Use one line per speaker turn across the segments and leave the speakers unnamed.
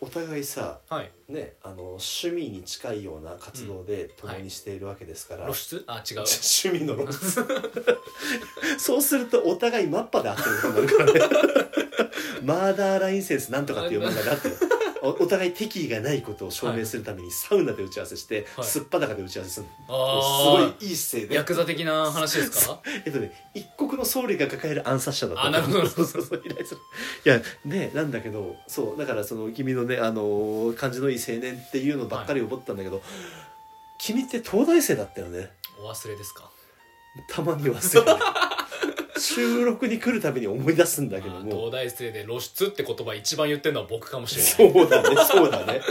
お互いさ
はい
ねあの趣味に近いような活動で共にしているわけですから、
露出あ違う
趣味の露出そうするとお互いマッパで合ってることになるからね マーダーラインセンスなんとかっていう漫画で合ってるおお互い敵意がないことを証明するためにサウナで打ち合わせして、
はい
すっぱだかで打ち合わせするの、
あ
すごいいい姿勢
あヤ
で
クザ的な話です か
えっとね一国の総理が抱える暗殺者だった
あなるほど
そうそうそう依頼するいやねなんだけどそうだからその君のねあのー感じのいい青年っていうのばっかり思ったんだけど、君って東大生だったよね
お忘れですか
たまに忘 れる収録に来るたびに思い出すんだけど
あー
も
東大生で露出って言葉一番言ってるのは僕かもしれない
そうだねそうだね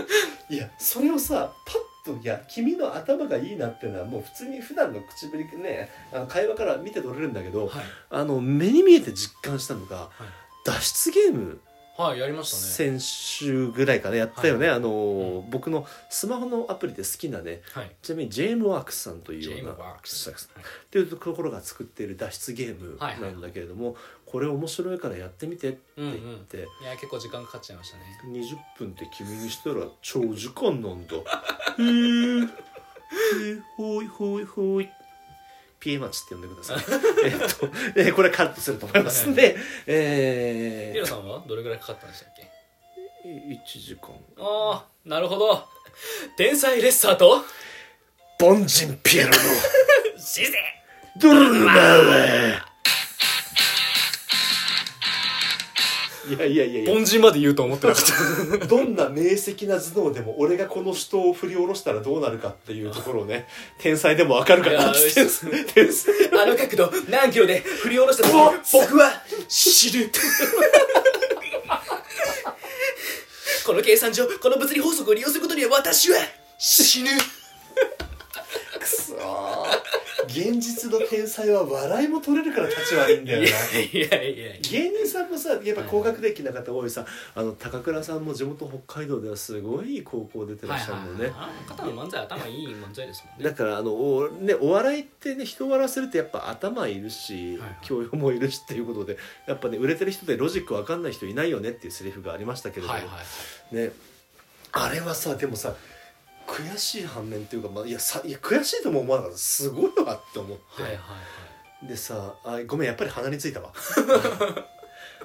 いやそれをさパッといや君の頭がいいなっていうのはもう普通に普段の口ぶりねあの会話から見て取れるんだけど
はい
あの目に見えて実感したのが、
い
脱出ゲーム
はい、やりましたね。
先週ぐらいかなやったよね、
は
あのー、僕のスマホのアプリで好きなね
はい。
ちなみにジェームワークスさんという
ジ
よ
ェー
う
ム
な
ワークス。
っていうところが作っている脱出ゲームなんだけれども、これ面白いからやってみてって
うんう
言っ
ん。
て、
いや、結構時間かかっちゃいましたね。
20分って君にしたら長時間なん だへえへえほいほいほいピエマチって呼んでください えっと、えーこれはカットすると思いますんで、え
ピエロさんはどれぐらいかかったんでしたっけ
ー、1時間
ああ、なるほど。天才レッサーと、
凡人ピエ ロの
シゼ
ドルルマーいやいやいやいや
凡人まで言うと思ってなかっ
どんな明晰な頭脳でも俺がこの人を振り下ろしたらどうなるかっていうところを ね天才でもわかるか
いや
なっ
ー
て 天才天才
た。あの角度、何キロで振り下ろしたと僕は、知る。 この計算上、この物理法則を利用することには私は、死ぬ。
くそー現実の天才は笑いも取れるから立ち悪いんだよな
やいやいや。
芸人さんもさやっぱ高学歴な方多いさあの高倉さんも地元北海道ではすごいいい高校出てらっしゃるのね、
あの方の漫才頭いい漫才ですもんね
だからあのお,、ね、お笑いってね人を笑わせるってやっぱ頭いるし、
はいはい
教養もいるしっていうことでやっぱね売れてる人でロジックわかんない人いないよねっていうセリフがありましたけれども、
はいはいはい
ね、あれはさでもさ悔しい反面っていうか、まあ、いやさいや悔しいとも思わなかったすごいわって思って、
はいはいはい
でさあごめんやっぱり鼻についた わ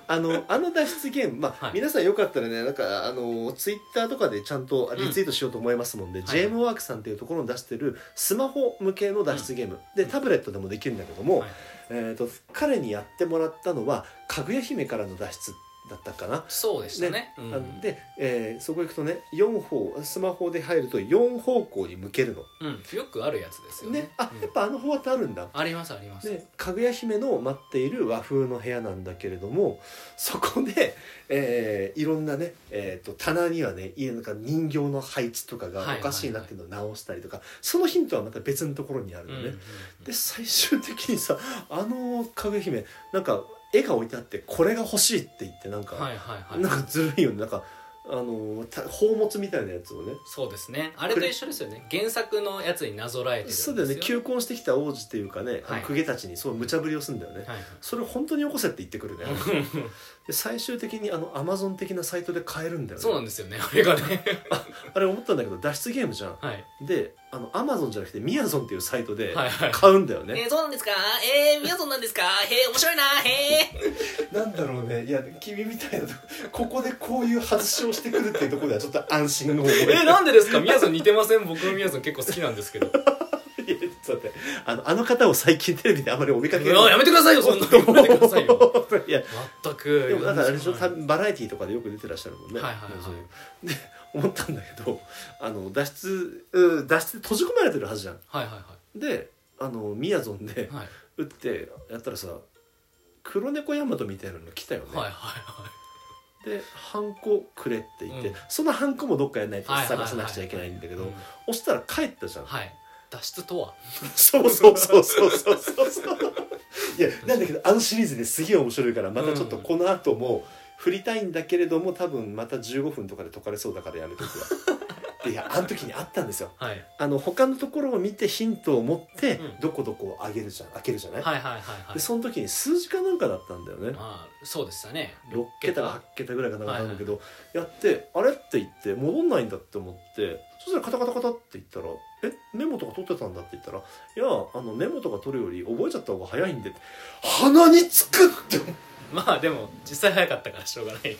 あのあの脱出ゲーム、まあ
はい
皆さんよかったらねなんかあのツイッターとかでちゃんとリツイートしようと思いますもんで、
ん
ジェームワークさんっていうところの出してるスマホ向けの脱出ゲーム、でタブレットでもできるんだけども、
はい
えー、と彼にやってもらったのは「かぐや姫からの脱出」だったかな。
そうでしたねうん
あので、えーそこ行くとね4方スマホで入ると4方向に向けるの。
うんよくあるやつですよ
ね
ね
あ
うん
やっぱあのフォーマットあるんだ。
ありますあります
でかぐや姫の待っている和風の部屋なんだけれどもそこで、えーいろんなね、えー、と棚にはね家の中人形の配置とか
はいはい
が
はい
おかしいなっていうのを直したりとか、そのヒントはまた別のところにある
う
の
ん
ね。
うんうん
で最終的にさあのかぐや姫なんか絵が置いてあってこれが欲しいって言ってなんか、
はいはいはい
なんかずるいよねなんかあのた宝物みたいなやつをね
そうですねあれと一緒ですよね原作のやつになぞらえてるんです
そ
よ
うだよね求婚してきた王子っていうかね、あの
はい
公家たちにそう無茶ぶりをするんだよね。
はいはい
それ本当によこせって言ってくる ねで最終的にあのアマゾン的なサイトで買えるんだよね
そうなんですよね あれがね
あれ思ったんだけど脱出ゲームじゃん
はい
であのアマゾンじゃなくてミヤゾンっていうサイトで
はいはい
買うんだよね、
えーそうなんですかえーみやぞんなんですかへえ面白いなへえ
なんだろうねいや君みたいな とここでこういう外しをしてくるっていうところではちょっと安心を覚 え
えーなんでですかみやぞん似てません僕のみやぞん結構好きなんです けど
いやちょっと待ってあのあの方を最近テレビであまりお見かけ
いややめてくださいよそんなのやめてくださいよ
いや
全く
でもなんかあれでしょ
はい
多分バラエティーとかでよく出てらっしゃるもんね、
はいはいはい
で思ったんだけどあの脱出うん脱出で閉じ込められてるはずじゃん
はいは
であのミヤゾンで
いはい
打ってやったらさ黒猫ヤマトみたいなの来たよね、
はいはいはい
でハンコくれって言って、
うん
そのハンコもどっかやらないと
はいはいは
探
い
さなくちゃいけないんだけど、
うん
押したら帰ったじゃん、
はい脱出とは
そうそうそうそうそうそうそういやなんだけどあのシリーズですげえ面白いからまたちょっとこの後も振りたいんだけれども多分また15分とかで解かれそうだからやめとくわいやあの時にあったんですよ
はい
あの他のところを見てヒントを持って
うん
どこどこを上げるじゃん開けるじゃない、
はいはいはいはい
でその時に数字かなんかだったんだよね
まあそうでしたね
6桁か8桁ぐらいかなんかあるんだけど、やってあれって言って戻んないんだって思ってそしたらカタカタカタって言ったら「えメモとか取ってたんだ」って言ったら「いやあのメモとか取るより覚えちゃった方が早いんで」鼻につくって思う
まあでも実際早かったからしょうがない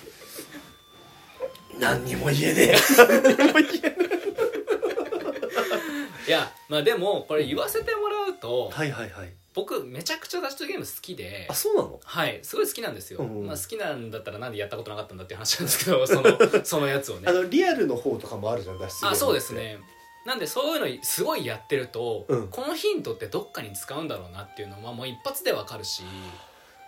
何にも言えねえ何にも言えねえ
いやまあでもこれ言わせてもらうと、
はいはいはい
僕めちゃくちゃダストゲーム好きで
あそうなの
はいすごい好きなんですよ、
うん
まあ、好きなんだったらなんでやったことなかったんだっていう話なんですけ どそのそのやつをね
あのリアルの方とかもあるじゃん脱出ゲーム
あ
って
そうですねなんでそういうのすごいやってると、
うん
このヒントってどっかに使うんだろうなっていうのはもう一発でわかるし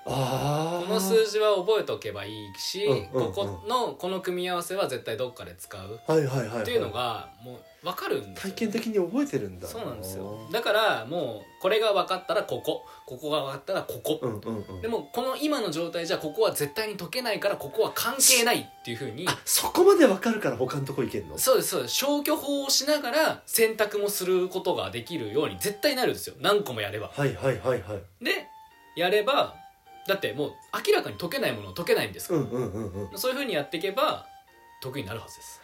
ああ
この数字は覚えておけばいいし、
うんうんうん
ここのこの組み合わせは絶対どっかで使う
はいはいはいは、
っていうのがもうわかるんですよ
体験的に覚えてるんだ
そうなんですよだからもうこれが分かったらここここが分かったらここ、
うんうんうん
でもこの今の状態じゃここは絶対に解けないからここは関係ないっていうふうに
あそこまでわかるから他のとこ行けんの
そうですそうです消去法をしながら選択もすることができるように絶対なるんですよ何個もやれば
はいはいはいはい
でやればだってもう明らかに解けないものを解けないんですか
うんうんうんうん
らそういうふうにやっていけば得意になるはずです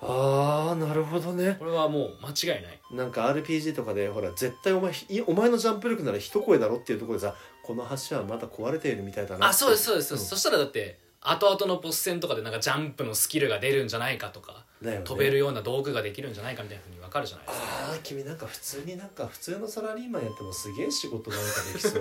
ああなるほどね
これはもう間違いない
なんか RPG とかでほら絶対お前いお前のジャンプ力なら一声だろっていうところでさこの橋はまだ壊れているみたいだな
あそうですそうです、
うん
そしたらだって後々のボス戦とかでなんかジャンプのスキルが出るんじゃないかとか
だよね
飛べるような道具ができるんじゃないかみたいなふうに分かるじゃないですか
ああ君なんか普通になんか普通のサラリーマンやってもすげえ仕事なんかでき そう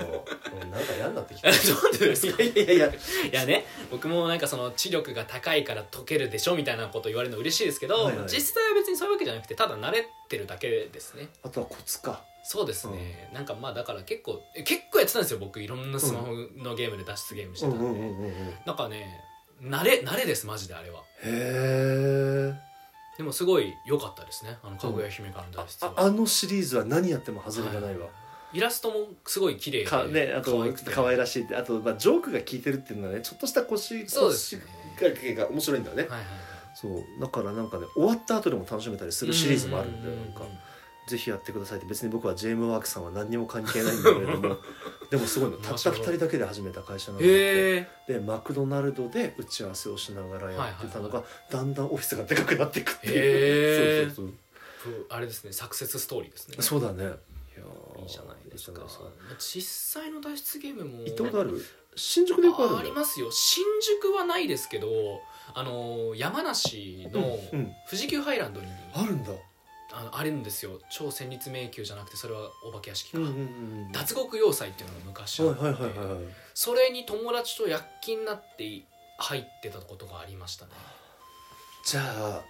うんなんか嫌になってきた
なんでですか
いやいやいや
いやね僕もなんかその知力が高いから解けるでしょみたいなこと言われるの嬉しいですけど、
はいはい
実際は別にそういうわけじゃなくてただ慣れてるだけですね
あとはコツか
そうですね、なんかまあだから結構え結構やってたんですよ僕いろんなスマホのゲームで脱出ゲームしてたん
う
で、
んうんへ
なんかね慣れ慣れですマジであれは
え
でもすごい良かったですねあのかぐや姫からの
あ
脱出は、
あのシリーズは何やっても外れがないわ、
イラストもすごい綺麗で
かねあと
可愛くて
可愛らしいってあと、まあ、ジョークが効いてるっていうのはねちょっとした腰
そうですね
腰掛けが面白いんだよね、
はいはいはい
そうだからなんかね終わった後でも楽しめたりするシリーズもあるんで
ううう
なんかぜひやってくださいって別に僕は JM ワークさんは何にも関係ないんだけれども でもすごいのたった2人だけで始めた会社なので
へえ
でマクドナルドで打ち合わせをしながらやってたのが、
は
だんだんオフィスがでかくなっていくってい
へ
う、
ー
そうそう
ふあれですねサクセスストーリーですね
そうそうだねいやー
いいじゃないですか
いいじゃない
実際の脱出ゲームも
行ったことある新宿でよくあるん
あ
だよ
りますよ新宿はないですけどあの山梨の
うんうん
富士急ハイランドに
あるんだ
あのあるんですよ超戦慄迷宮じゃなくてそれはお化け屋敷か、
うんうんうん
脱獄要塞っていうのが昔あ
は
っ
い
て、
はいはいはいはい
それに友達と躍起になって入ってたことがありましたね
じゃあ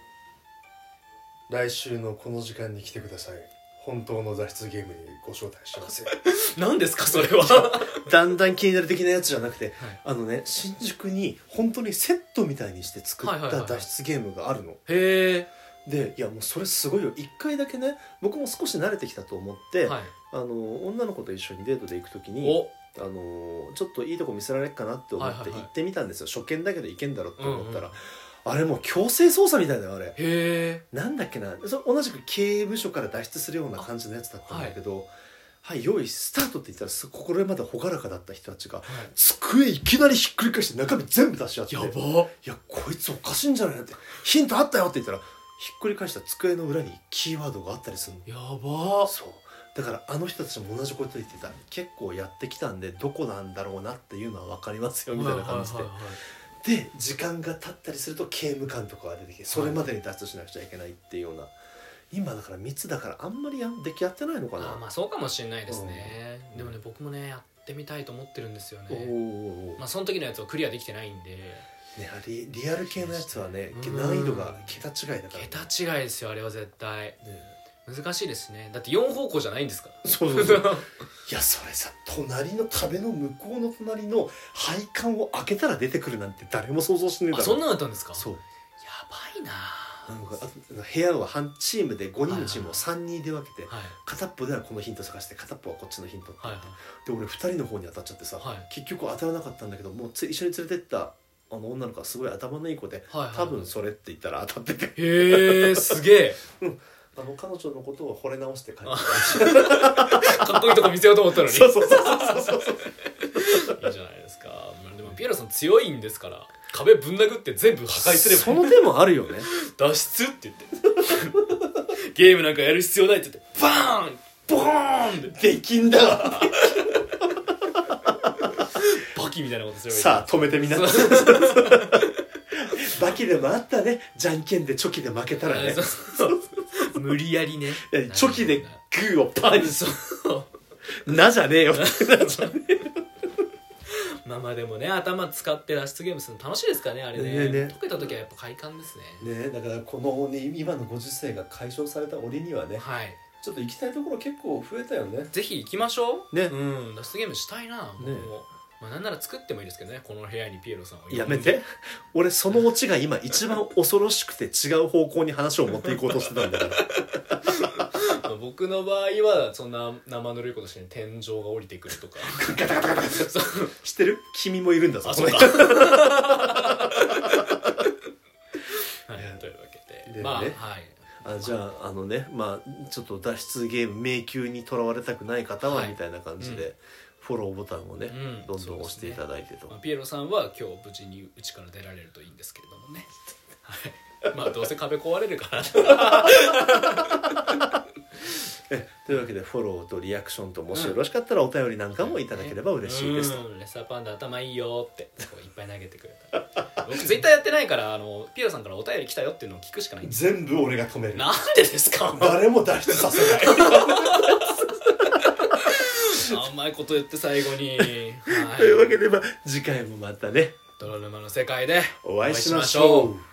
来週のこの時間に来てください本当の脱出ゲームにご招待しますよ
何ですかそれは
だんだん気になる的なやつじゃなくて、
はい
あのね新宿に本当にセットみたいにして作
はい
っ
はいはい
た
はい
脱出ゲームがあるの、
へ
でいやもうそれすごいよ一回だけね僕も少し慣れてきたと思って、
え、はい、
あの女の子と一緒にデートで行く時に
お
あのちょっといいとこ見せられっかなって思
は
っ
いは
て
いは
行
い
ってみたんですよ、初見だけど行けんだろって思ったら、
うん
あれもう強制捜査みたいだよあれ
へえ
なんだっけなそ同じく経営部署から脱出するような感じのやつだったんだけど「はい、用意スタート」って言ったらそここれまで朗らかだった人たちが机いきなりひっくり返して中身全部出し合って「
や
い
ば
やこいつおかしいんじゃない?」って「ヒントあったよ」って言ったらひっくり返した机の裏にキーワードがあったりするの
やば
そうだからあの人たちも同じこと言ってた結構やってきたんでどこなんだろうなっていうのは分かりますよみたいな感じで
はいはいはいはい
で時間が経ったりすると刑務官とかが出てきてそれまでに脱出しなくちゃいけないっていうような、今だから密だからあんまりやん出来合ってないのかな
あーまあそうかもしれないですね、でもね僕もねやってみたいと思ってるんですよ
おーお
ね
ーおー
まあその時のやつをクリアできてないんで
ねあリリアル系のやつはね
うん
難易度が桁違いだから、ね
桁違いですよあれは絶対
ね
難しいですねだって4方向じゃないんですから
そうそうそう いやそれさ隣の壁の向こうの隣の配管を開けたら出てくるなんて誰も想像しねえだ
あ
ろ
そんなのあったんですか
そう
やばいな
な
は
んかあと部屋は半チームで5人のチームを3人で分けて
い
片っぽではこのヒント探して片っぽはこっちのヒントって
はいはい
で俺2人の方に当たっちゃってさ、
はい
結局当たらなかったんだけどもうつ一緒に連れてったあの女の子はすごい頭のいい子で、
はいはい
多分それって言ったら当たってて
へえすげえ
あの彼女のことを惚れ直して帰って
かっこいいとこ見せようと思ったのにいい
そうそうそうそうそうそう
じゃないですかまあでもピエロさん強いんですから壁ぶん殴って全部破壊すれば
その手もあるよね
脱出って言ってゲームなんかやる必要ないって言ってバーンボーンっ て
できんだ わ
バキみたいなことすればいい
さあ止めてみな
そう
バキでもあったねじゃんけんでチョキで負けたらね
そうそうそう無理やりね
いやチョキでグーをパーにす
そう
るなじゃ ねえよってなっちゃう
まあまあでもね頭使って脱出ゲームするの楽しいですからねあれ
ね
ね
えねえ
解けた時はやっぱ快感ですね
ねだからこの、ね、今のご時世が解消された折にはね
はい
ちょっと行きたいところ結構増えたよね
ぜひ行きましょう
ね
うん脱出ゲームしたいな僕も
ね
まあなんなら作ってもいいですけどねこの部屋にピエロさんを
やめて俺そのオチが今一番恐ろしくて違う方向に話を持っていこうとしてたんだ から
まあ僕の場合はそんな生ぬるいことして天井が降りてくるとかそう
知ってる君もいるんだぞ
あ
この
そう
人
かはい
ね
というわけ
で
で
ね
まあはい
あじゃああのねまあちょっと脱出ゲーム迷宮にとらわれたくない方は、
はい
みたいな感じで、フォローボタンをね、
うん
どんどん押していただいてと、
まあピエロさんは今日無事にうちから出られるといいんですけれどもねはいまあどうせ壁壊れるから
えというわけでフォローとリアクションともしよろしかったらお便りなんかもいただければ嬉しいです、
うんレッサーパンダ頭いいよってこういっぱい投げてくれた僕ツイッターやってないからあのピエロさんからお便り来たよっていうのを聞くしかないんです
全部俺が止める
なんでです か
誰も脱出させ ない
甘いこと言って最後に はい
というわけで、まあ、次回もまたね
泥沼の世界で
お会いしまし
お会いしましょ
ょ
う
う